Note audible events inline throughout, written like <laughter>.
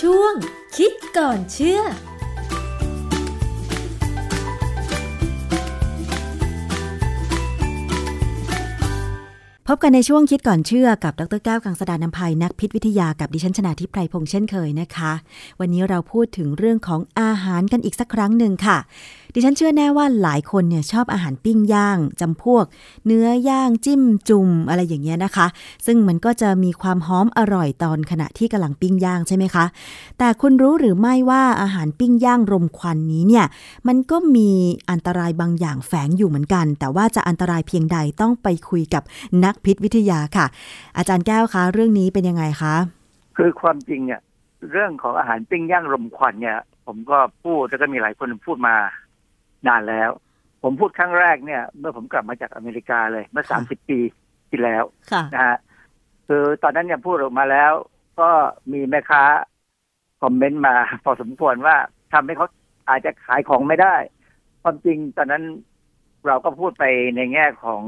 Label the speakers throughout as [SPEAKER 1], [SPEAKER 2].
[SPEAKER 1] ช่วง คิดก่อนเชื่อ
[SPEAKER 2] พบกันในช่วงคิดก่อนเชื่อกับดรแก้วกังสดานนภัยนักพิษวิทยากับดิฉันชนาทิพไพรพงษ์เช่นเคยนะคะ วันนี้เราพูดถึงเรื่องของอาหารกันอีกสักครั้งหนึ่งค่ะ ดิฉันเชื่อแน่ว่าหลายคนเนี่ยชอบอาหารปิ้งย่างจำพวก เนื้อย่างจิ้มจุ่มอะไรอย่างเงี้ยนะคะ ซึ่งมันก็จะมีความหอมอร่อยตอนขณะที่กำลังปิ้งย่างใช่ไหมคะ แต่คุณรู้หรือไม่ว่าอาหารปิ้งย่างรมควันนี้เนี่ย มันก็มีอันตรายบางอย่างแฝงอยู่เหมือนกัน แต่ว่าจะอันตรายเพียงใดต้องไปคุยกับนักพิษวิทยาค่ะ อาจารย์แก้วคะ เรื่องนี้เป็นยังไงคะ
[SPEAKER 3] คือความจริงเนี่ยเรื่องของอาหารปิ้งย่างรมควันเนี่ย ผมก็พูดแล้วก็มีหลายคนพูดมานานแล้ว ผมพูดครั้งแรกเนี่ย เมื่อผมกลับมาจากอเมริกาเลยเมื่อ
[SPEAKER 2] ค่ะ
[SPEAKER 3] สามสิบปีที่แล้ว
[SPEAKER 2] ค่ะ
[SPEAKER 3] นะฮะคือตอนนั้นเนี่ยพูดออกมาแล้ว ก็มีแม่ค้าคอมเมนต์มา <laughs> พอสมควรว่าทำให้เขาอาจจะขายของไม่ได้ ความจริงตอนนั้นเราก็พูดไปในแง่ของ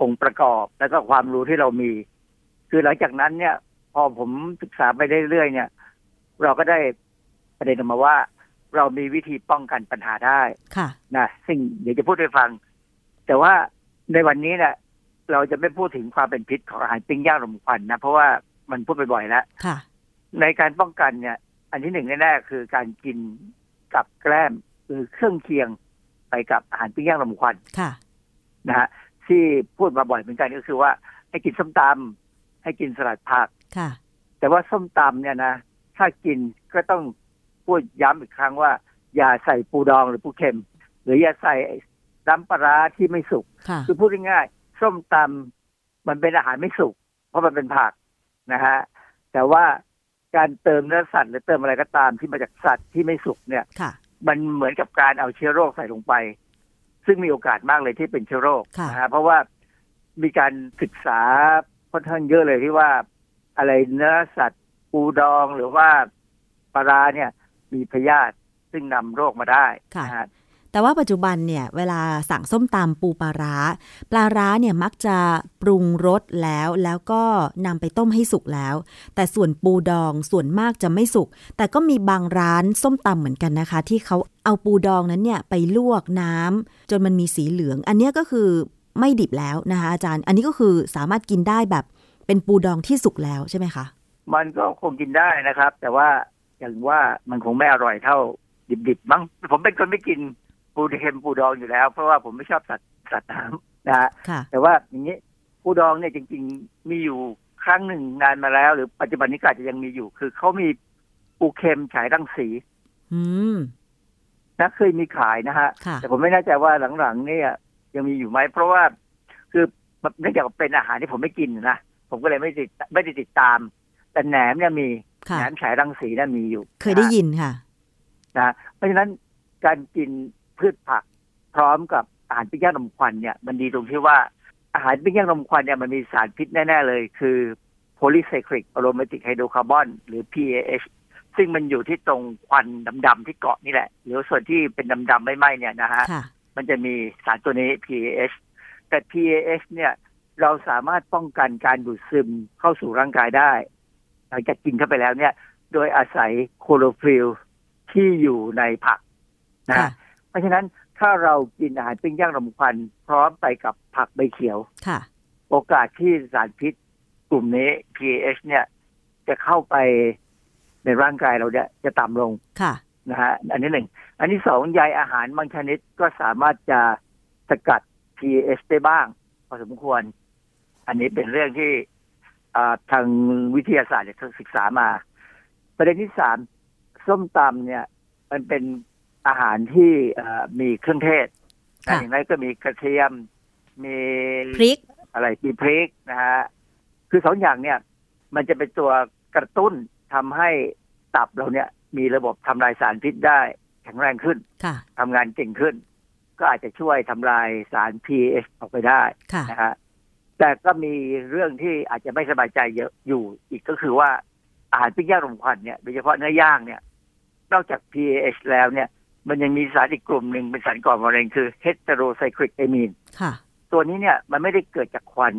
[SPEAKER 3] องค์ประกอบ แล้วก็ความรู้ที่เรามี คือหลังจากนั้นเนี่ย พอผมศึกษาไปเรื่อยๆเนี่ย เราก็ได้ประเด็นออกมาว่า เรามีวิธีป้องกันปัญหาได้
[SPEAKER 2] ค่ะ
[SPEAKER 3] นะซึ่งเดี๋ยวจะพูดให้ฟัง แต่ว่าในวันนี้เนี่ยเราจะไม่พูดถึงความเป็นพิษของอาหารปิ้งย่างรมควันนะ เพราะว่ามันพูดบ่อยๆแล้ว
[SPEAKER 2] ค่ะ
[SPEAKER 3] ในการป้องกันเนี่ย อันที่หนึ่งแน่ๆคือการกินกับแกล้มหรือเครื่องเคียงไปกับอาหารปิ้งย่างรมควัน
[SPEAKER 2] ค่ะ
[SPEAKER 3] นะฮะที่พูดมาบ่อยเหมือนกันก็คือว่าให้กินส้มตำให้กินสลัดผัก
[SPEAKER 2] ค่ะ
[SPEAKER 3] แต่ว่าส้มตำเนี่ยนะถ้ากินก็ต้องพูดย้ำอีกครั้งว่า อย่าใส่ปูดองหรือปูเค็ม หรืออย่าใส่น้ำปลาร้าที่ไม่สุก
[SPEAKER 2] ค่ะ
[SPEAKER 3] คือพูดง่ายๆส้มตำมันเป็นอาหารไม่สุก เพราะมันเป็นผักนะฮะแต่ว่าการเติมเนื้อสัตว์หรือเติมอะไรก็ตามที่มาจากสัตว์ที่ไม่สุกเนี่ย
[SPEAKER 2] ค่ะ
[SPEAKER 3] มันเหมือนกับการเอาเชื้อโรคใส่ลงไป ซึ่งมีโอกาสมากเลยที่เป็นเชื้อโรค
[SPEAKER 2] ค่ะ
[SPEAKER 3] นะฮะเพราะว่ามีการศึกษาค่อนข้างเยอะเลยที่ว่าอะไรเนื้อสัตว์ปูดองหรือว่าปลาร้าเนี่ย มีพยาธิซึ่งนำโรคมาได้นะฮะ
[SPEAKER 2] แต่ว่าปัจจุบันเนี่ยเวลาสั่งส้มตำปูปลาร้า ปลาร้าเนี่ยมักจะปรุงรสแล้วแล้วก็นำไปต้มให้สุกแล้ว แต่ส่วนปูดองส่วนมากจะไม่สุก แต่ก็มีบางร้านส้มตำเหมือนกันนะคะ ที่เขาเอาปูดองนั้นเนี่ยไปลวกน้ำจนมันมีสีเหลือง อันเนี้ยก็คือไม่ดิบแล้วนะคะอาจารย์ อันนี้ก็คือสามารถกินได้แบบเป็นปูดองที่สุกแล้วใช่ไหมคะ
[SPEAKER 3] มันก็คงกินได้นะครับ แต่ว่าอย่างว่ามันคงไม่อร่อยเท่าดิบๆมั้งผมเป็นคนไม่กินปูเค็มปูดองอยู่แล้ว เพราะว่าผมไม่ชอบสัตว์สัตว์น้ำนะฮะ
[SPEAKER 2] ค่ะ
[SPEAKER 3] แต่ว่าอย่างนี้ปูดองเนี่ยจริงๆมีอยู่ครั้งหนึ่งนานมาแล้ว หรือปัจจุบันนี้ก็อาจจะยังมีอยู่ คือเขามีปูเค็มฉายรังสี
[SPEAKER 2] อืม
[SPEAKER 3] นะเคยมีขายนะฮะ
[SPEAKER 2] ค่ะ
[SPEAKER 3] แต่ผมไม่แน่ใจว่าหลังๆเนี่ยยังมีอยู่ไหมเพราะว่าคือเนื่องจากเป็นอาหารที่ผมไม่กินนะผมก็เลยไม่ติดไม่ได้ติดตาม แต่แหนมเนี่ยมี
[SPEAKER 2] ค่ะ
[SPEAKER 3] แหนมฉายรังสีน่ะมีอยู่
[SPEAKER 2] เคยได้ยินค่ะ
[SPEAKER 3] นะฮะเพราะฉะนั้นการกินพืชผักพร้อมกับอาหารปิ้งย่างนมควันเนี่ยมันดีตรงที่ว่าอาหารปิ้งย่างนมควันเนี่ยมันมีสารพิษแน่ ๆ เลย คือ polycyclic aromatic hydrocarbon หรือ PAH ซึ่งมันอยู่ที่ตรงควันดำๆที่เกาะนี่แหละ หรือส่วนที่เป็นดำๆไม่ไหม้เนี่ยนะฮะ
[SPEAKER 2] ค่ะ
[SPEAKER 3] มันจะมีสารตัวนี้ PAH แต่ PAH เนี่ยเราสามารถป้องกันการดูดซึมเข้าสู่ร่างกายได้ หลังจากกินเข้าไปแล้วเนี่ย โดยอาศัยโคโรฟิลที่อยู่ในผักนะ
[SPEAKER 2] ค่ะ
[SPEAKER 3] ฮะเพราะฉะนั้นถ้าเรากินอาหารปิ้งย่างรมควันพร้อมไปกับผักใบเขียว
[SPEAKER 2] ค่ะ
[SPEAKER 3] โอกาสที่สารพิษกลุ่มนี้ PAH เนี่ยจะเข้าไปในร่างกายเราเนี่ยจะต่ำลง
[SPEAKER 2] ค่ะ
[SPEAKER 3] นะฮะอันที่หนึ่ง อันที่สองใยอาหารบางชนิดก็สามารถจะสกัด pH ได้บ้าง พอสมควร อันนี้เป็นเรื่องที่อ่าทางวิทยาศาสตร์เนี่ยศึกษามา ประเด็นที่สามส้มตำเนี่ย มันเป็นอาหารที่เอ่อมีเครื่องเทศนะ
[SPEAKER 2] ค่ะ
[SPEAKER 3] อย่างไรก็มีกระเทียมมี
[SPEAKER 2] พริก
[SPEAKER 3] อะไรมีพริกนะฮะ คือสองอย่างเนี่ย มันจะเป็นตัวกระตุ้นทำให้ตับเราเนี่ย มีระบบทำลายสารพิษได้ แข็งแรงขึ้น
[SPEAKER 2] ค่ะ
[SPEAKER 3] ทำงานเก่งขึ้น ก็อาจจะช่วยทำลายสาร pH ออกไปได้
[SPEAKER 2] ค่ะ
[SPEAKER 3] นะฮะแต่ก็มีเรื่องที่อาจจะไม่สบายใจเยอะอยู่อีกก็คือว่าอาหารปิ้งย่างรมควันเนี่ยโดยเฉพาะเนื้อย่างเนี่ย นอกจาก pH แล้วเนี่ย มันยังมีสารอีกกลุ่มหนึ่งเป็นสารก่อมะเร็งคือ heterocyclic amine
[SPEAKER 2] ค่ะ
[SPEAKER 3] ตัวนี้เนี่ยมันไม่ได้เกิดจากควัน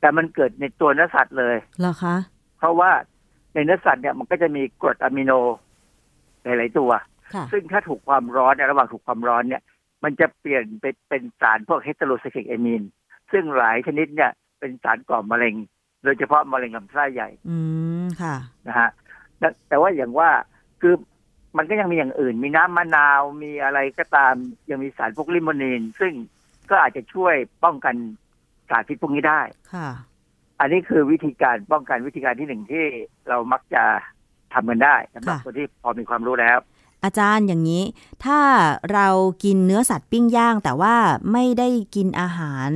[SPEAKER 3] แต่มันเกิดในตัวเนื้อสัตว์เลย
[SPEAKER 2] เหรอคะ
[SPEAKER 3] เพราะว่าจ ในเนื้อสัตว์เนี่ยมันก็จะมีกรดอะมิโนหลายๆตัว
[SPEAKER 2] ค่ะ
[SPEAKER 3] ซึ่งถ้าถูกความร้อนเนี่ยระหว่างถูกความร้อนเนี่ย มันจะเปลี่ยนเป็นเป็นสารพวกเฮตโรไซคลิกเอมีนซึ่งหลายชนิดเนี่ยเป็นสารก่อมะเร็ง โดยเฉพาะมะเร็งลำไส้ใหญ่
[SPEAKER 2] อืมค่ะ
[SPEAKER 3] นะฮะแต่แต่ว่าอย่างว่าคือมันก็ยังมีอย่างอื่น มีน้ำมะนาวมีอะไรก็ตามยังมีสารพวกลิโมนีน ซึ่งก็อาจจะช่วยป้องกันสารพิษพวกนี้ได้
[SPEAKER 2] ค่ะ
[SPEAKER 3] อันนี้คือวิธีการป้องกันวิธีการที่หนึ่งที่เรามักจะทำกันได้สำหรับ
[SPEAKER 2] ค่ะ
[SPEAKER 3] คนที่พอมีความรู้แล้ว
[SPEAKER 2] อาจารย์อย่างนี้ ถ้าเรากินเนื้อสัตว์ปิ้งย่าง แต่ว่าไม่ได้กินอาหาร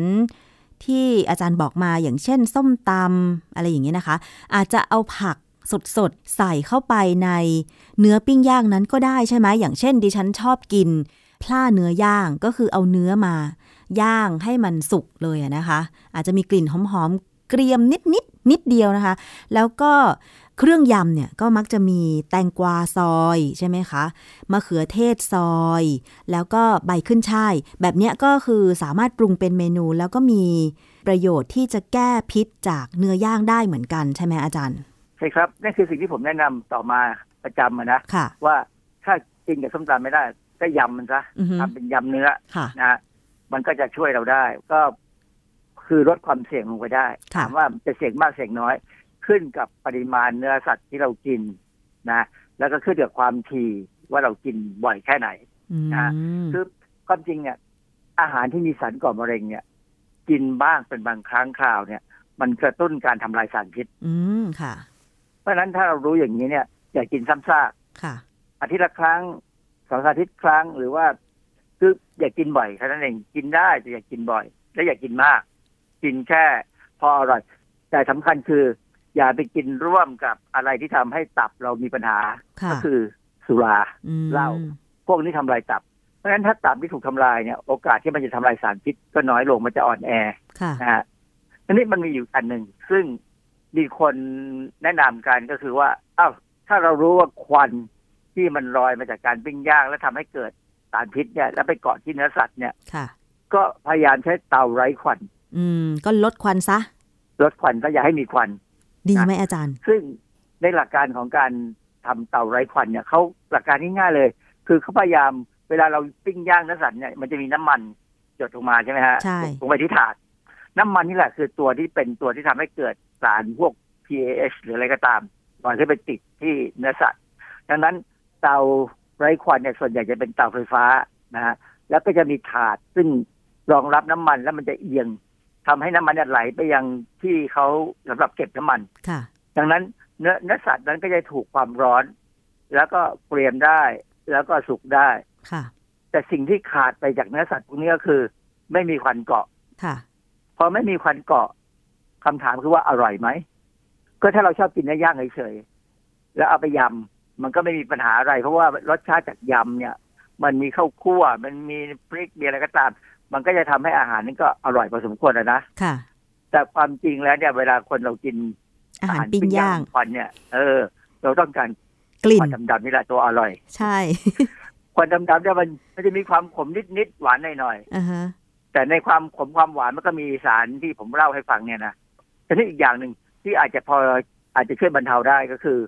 [SPEAKER 2] ที่อาจารย์บอกมาอย่างเช่น ส้มตำอะไรอย่างนี้ยนะคะ อาจจะเอาผักสดๆ ใส่เข้าไปในเนื้อปิ้งย่างนั้นก็ได้ใช่ไหมอย่างเช่น ดิฉันชอบกินพล่าเนื้อย่างก็คือเอาเนื้อมา ย่างให้มันสุกเลยอะนะคะ อาจจะมีกลิ่นหอมๆเกรียมนิดๆนิดเดียวนะคะ แล้วก็เครื่องยำเนี่ยก็มักจะมีแตงกวาซอยใช่ไหมคะ มะเขือเทศซอย แล้วก็ใบขึ้นช่าย แบบเนี้ยก็คือสามารถปรุงเป็นเมนูแล้วก็มีประโยชน์ที่จะแก้พิษจากเนื้อย่างได้เหมือนกันใช่ไหมอาจารย์
[SPEAKER 3] ใช่ครับนั่นคือสิ่งที่ผมแนะนำต่อมาประจำอะนะ
[SPEAKER 2] ค่ะ
[SPEAKER 3] ว่าถ้ากินกับส้มตำไม่ได้ก็ยำมันซะ
[SPEAKER 2] อือฮึ
[SPEAKER 3] ทำเป็นยำเนื้อ
[SPEAKER 2] ค่ะ
[SPEAKER 3] นะฮะมันก็จะช่วยเราได้ ก็คือลดความเสี่ยงลงไปได้
[SPEAKER 2] ค่ะ
[SPEAKER 3] ถามว่าจะเสี่ยงมากเสี่ยงน้อย ขึ้นกับปริมาณเนื้อสัตว์ที่เรากินนะ แล้วก็ขึ้นกับความถี่ว่าเรากินบ่อยแค่ไหน
[SPEAKER 2] อืม
[SPEAKER 3] นะ คือความจริงเนี่ยอาหารที่มีสารก่อมะเร็งเนี่ย กินบ้างเป็นบางครั้งคราวเนี่ย มันกระตุ้นการทำลายสารพิษ
[SPEAKER 2] อืมค่ะ
[SPEAKER 3] เพราะฉะนั้นถ้าเรารู้อย่างนี้เนี่ยอย่ากินซ้ำซาก
[SPEAKER 2] ค่ะ
[SPEAKER 3] อาทิตย์ละครั้งสองอาทิตย์ครั้งหรือว่า คืออย่ากินบ่อยแค่นั้นเองกินได้แต่อย่ากินบ่อย และอย่ากินมาก กินแค่พออร่อย แต่สำคัญคือ อย่าไปกินร่วมกับอะไรที่ทำให้ตับเรามีปัญหา
[SPEAKER 2] ค่ะ
[SPEAKER 3] ก็คือสุรา
[SPEAKER 2] ม
[SPEAKER 3] เหล้า พวกนี้ทำลายตับ เพราะฉะนั้นถ้าตับที่ถูกทำลายเนี่ยโอกาสที่มันจะทำลายสารพิษก็น้อยลงมันจะอ่อนแอ
[SPEAKER 2] ค่ะ
[SPEAKER 3] นะฮะทีนี้มันมีอยู่อันหนึ่งซึ่งมีคนแนะนำกันก็คือว่าอ้าวถ้าเรารู้ว่าควันที่มันลอยมาจากการปิ้งย่าง และทำให้เกิดสารพิษเนี่ย แล้วไปเกาะที่เนื้อสัตว์เนี่ย
[SPEAKER 2] ค่ะ
[SPEAKER 3] ก็พยายามใช้เตาไร้ควัน
[SPEAKER 2] อืม ก็ลดควันซะ
[SPEAKER 3] ลดควันก็อย่าให้มีควัน
[SPEAKER 2] ดี
[SPEAKER 3] นะ
[SPEAKER 2] ไหมอาจารย์
[SPEAKER 3] ซึ่งในหลักการของการทำเตาไร้ควันเนี่ยเขาหลักการง่ายๆเลย คือเขาพยายามเวลาเราปิ้งย่างเนื้อสัตว์เนี่ยมันจะมีน้ำมันหยดลงมาใช่ไหมฮะ
[SPEAKER 2] ใช่
[SPEAKER 3] ลงไปที่ถาด น้ำมันนี่แหละคือตัวที่เป็นตัวที่ทำให้เกิดสารพวก PAH หรืออะไรก็ตามก่อนที่ไปติดที่เนื้อสัตว์ ดังนั้นเตาไร้ควันเนี่ยส่วนใหญ่จะเป็นเตาไฟฟ้านะฮะแล้วก็จะมีถาดซึ่งรองรับน้ำมันแล้วมันจะเอียงทำให้น้ำมันเนี่ยไหลไปยังที่เขาสำหรับเก็บน้ำมัน
[SPEAKER 2] ค่ะ
[SPEAKER 3] ดังนั้นเนื้อเนื้อสัตว์นั้นก็จะถูกความร้อน แล้วก็เปลี่ยนได้ แล้วก็สุกได้
[SPEAKER 2] ค่ะ
[SPEAKER 3] แต่สิ่งที่ขาดไปจากเนื้อสัตว์พวกนี้ก็คือ ไม่มีควันเกาะ
[SPEAKER 2] ค่ะ
[SPEAKER 3] พอไม่มีควันเกาะคำถามคือว่าอร่อยไหมก็ถ้าเราชอบกินเนื้อย่างเฉยๆแล้วเอาไปยำมันก็ไม่มีปัญหาอะไร เพราะว่ารสชาติจากยำเนี่ย มันมีข้าวคั่ว มันมีพริกมีอะไรก็ตาม มันก็จะทำให้อาหารนั้นก็อร่อยพอสมควรอะนะ
[SPEAKER 2] ค่ะ
[SPEAKER 3] แต่ความจริงแล้วเนี่ยเวลาคนเรากิน
[SPEAKER 2] อาหารปิ้งย่าง
[SPEAKER 3] ควันเนี่ย เออ เราต้องการ
[SPEAKER 2] กลิ่
[SPEAKER 3] คน วันดำๆนี่แหละตัวอร่อย
[SPEAKER 2] ใช่ <laughs>
[SPEAKER 3] ควันดำๆเนี่ยมันมันจะมีความขมนิดๆหวานหน่อย
[SPEAKER 2] อ่าฮะ
[SPEAKER 3] ๆแต่ในความขมความหวานมันก็มีสารที่ผมเล่าให้ฟังเนี่ยนะแต่นี่อีกอย่างหนึ่งที่อาจจะพออาจจะช่วยบรรเทาได้ก็คือ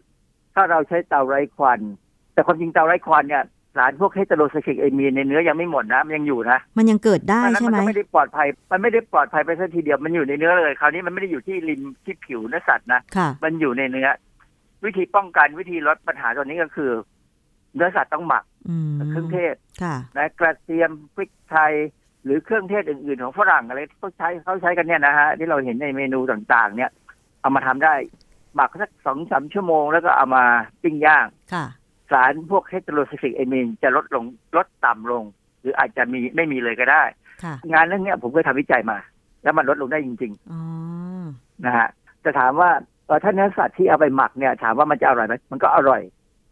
[SPEAKER 3] ถ้าเราใช้เตาไร้ควัน แต่ความจริงเตาไร้ควันเนี่ยสารพวกเฮตโรไซคลิกเอมีนในเนื้อยังไม่หมดนะมันยังอยู่นะ
[SPEAKER 2] มันยังเกิดได้
[SPEAKER 3] เพราะฉะนั้น
[SPEAKER 2] ใช่
[SPEAKER 3] มัน
[SPEAKER 2] ไหม
[SPEAKER 3] ก็ไม่ได้ปลอดภัย มันไม่ได้ปลอดภัยไปสักทีเดียวมันอยู่ในเนื้อเลยคราวนี้มันไม่ได้อยู่ที่ริมที่ผิวเนื้อสัตว์นะ
[SPEAKER 2] ค่ะ
[SPEAKER 3] มันอยู่ในเนื้อ วิธีป้องกันวิธีลดปัญหาตัวนี้ก็คือ เนื้อสัตว์ต้องหมัก
[SPEAKER 2] อืม
[SPEAKER 3] กับเครื่องเทศ
[SPEAKER 2] ค่ะ
[SPEAKER 3] นะกระเทียมพริกไทย หรือเครื่องเทศอื่นๆ ของฝรั่งอะไรที่เขาใช้เขาใช้กันเนี่ยนะฮะที่เราเห็นในเมนูต่างๆ เนี่ย เอามาทำได้หมักสักสองสามชั่วโมง แล้วก็เอามาปิ้งย่าง
[SPEAKER 2] ค่ะ
[SPEAKER 3] สารพวกเฮตโรไซคลิกเอมีนจะลดลงลดต่ำลง หรืออาจจะมีไม่มีเลยก็ได้
[SPEAKER 2] ค่ะ
[SPEAKER 3] งานเรื่องเนี้ยผมเคยทำวิจัยมา แล้วมันลดลงได้จริง
[SPEAKER 2] อ๋อ
[SPEAKER 3] ๆ นะฮะจะถามว่าเอ่อถ้าเนื้อสัตว์ที่เอาไปหมักเนี่ย ถามว่ามันจะอร่อยไหมมันก็อร่อย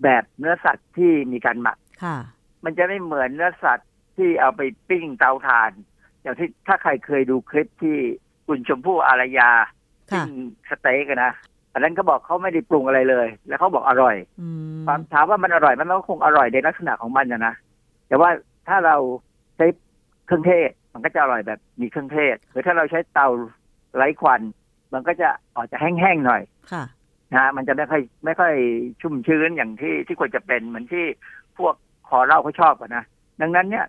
[SPEAKER 3] แบบเนื้อสัตว์ที่มีการหมัก
[SPEAKER 2] ค่ะ
[SPEAKER 3] มันจะไม่เหมือนเนื้อสัตว์ที่เอาไปปิ้งเตาถ่าน อย่างที่ถ้าใครเคยดูคลิปที่คุณชมพู่อารยาปิ้
[SPEAKER 2] ค่ะ
[SPEAKER 3] งสเต็กอะนะอันนั้นก็บอกเขาไม่ได้ปรุงอะไรเลย แล้วเขาบอกอร่อย
[SPEAKER 2] อืม
[SPEAKER 3] ความถามว่ามันอร่อยไหมมันก็คงอร่อยในลักษณะของมันนะนะแต่ว่าถ้าเราใช้เครื่องเทศ มันก็จะอร่อยแบบมีเครื่องเทศหรือถ้าเราใช้เตาไร้ควัน มันก็จะอาจจะแห้งๆหน่อย
[SPEAKER 2] ค่ะ
[SPEAKER 3] นะฮะมันจะไม่ค่อยไม่ค่อยชุ่มชื้นอย่างที่ที่ควรจะเป็นเหมือนที่พวกคอเหล้าเขาชอบอะนะดังนั้นเนี่ย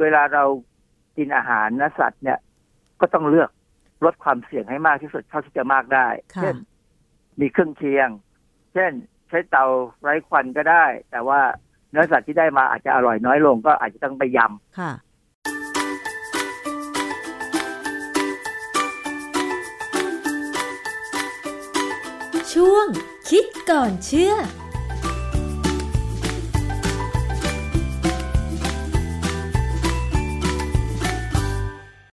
[SPEAKER 3] เวลาเรากินอาหารนะสัตว์เนี่ย ก็ต้องเลือกลดความเสี่ยงให้มากที่สุดเท่าที่จะมากได้
[SPEAKER 2] ค่ะ
[SPEAKER 3] เช่นมีเครื่องเคียง เช่น ใช้เตาไร้ควันก็ได้ แต่ว่าเนื้อสัตว์ที่ได้มาอาจจะอร่อยน้อยลงก็อาจจะต้องไปยำ
[SPEAKER 2] ค่ะ
[SPEAKER 1] ช่วงคิดก่อนเชื่อ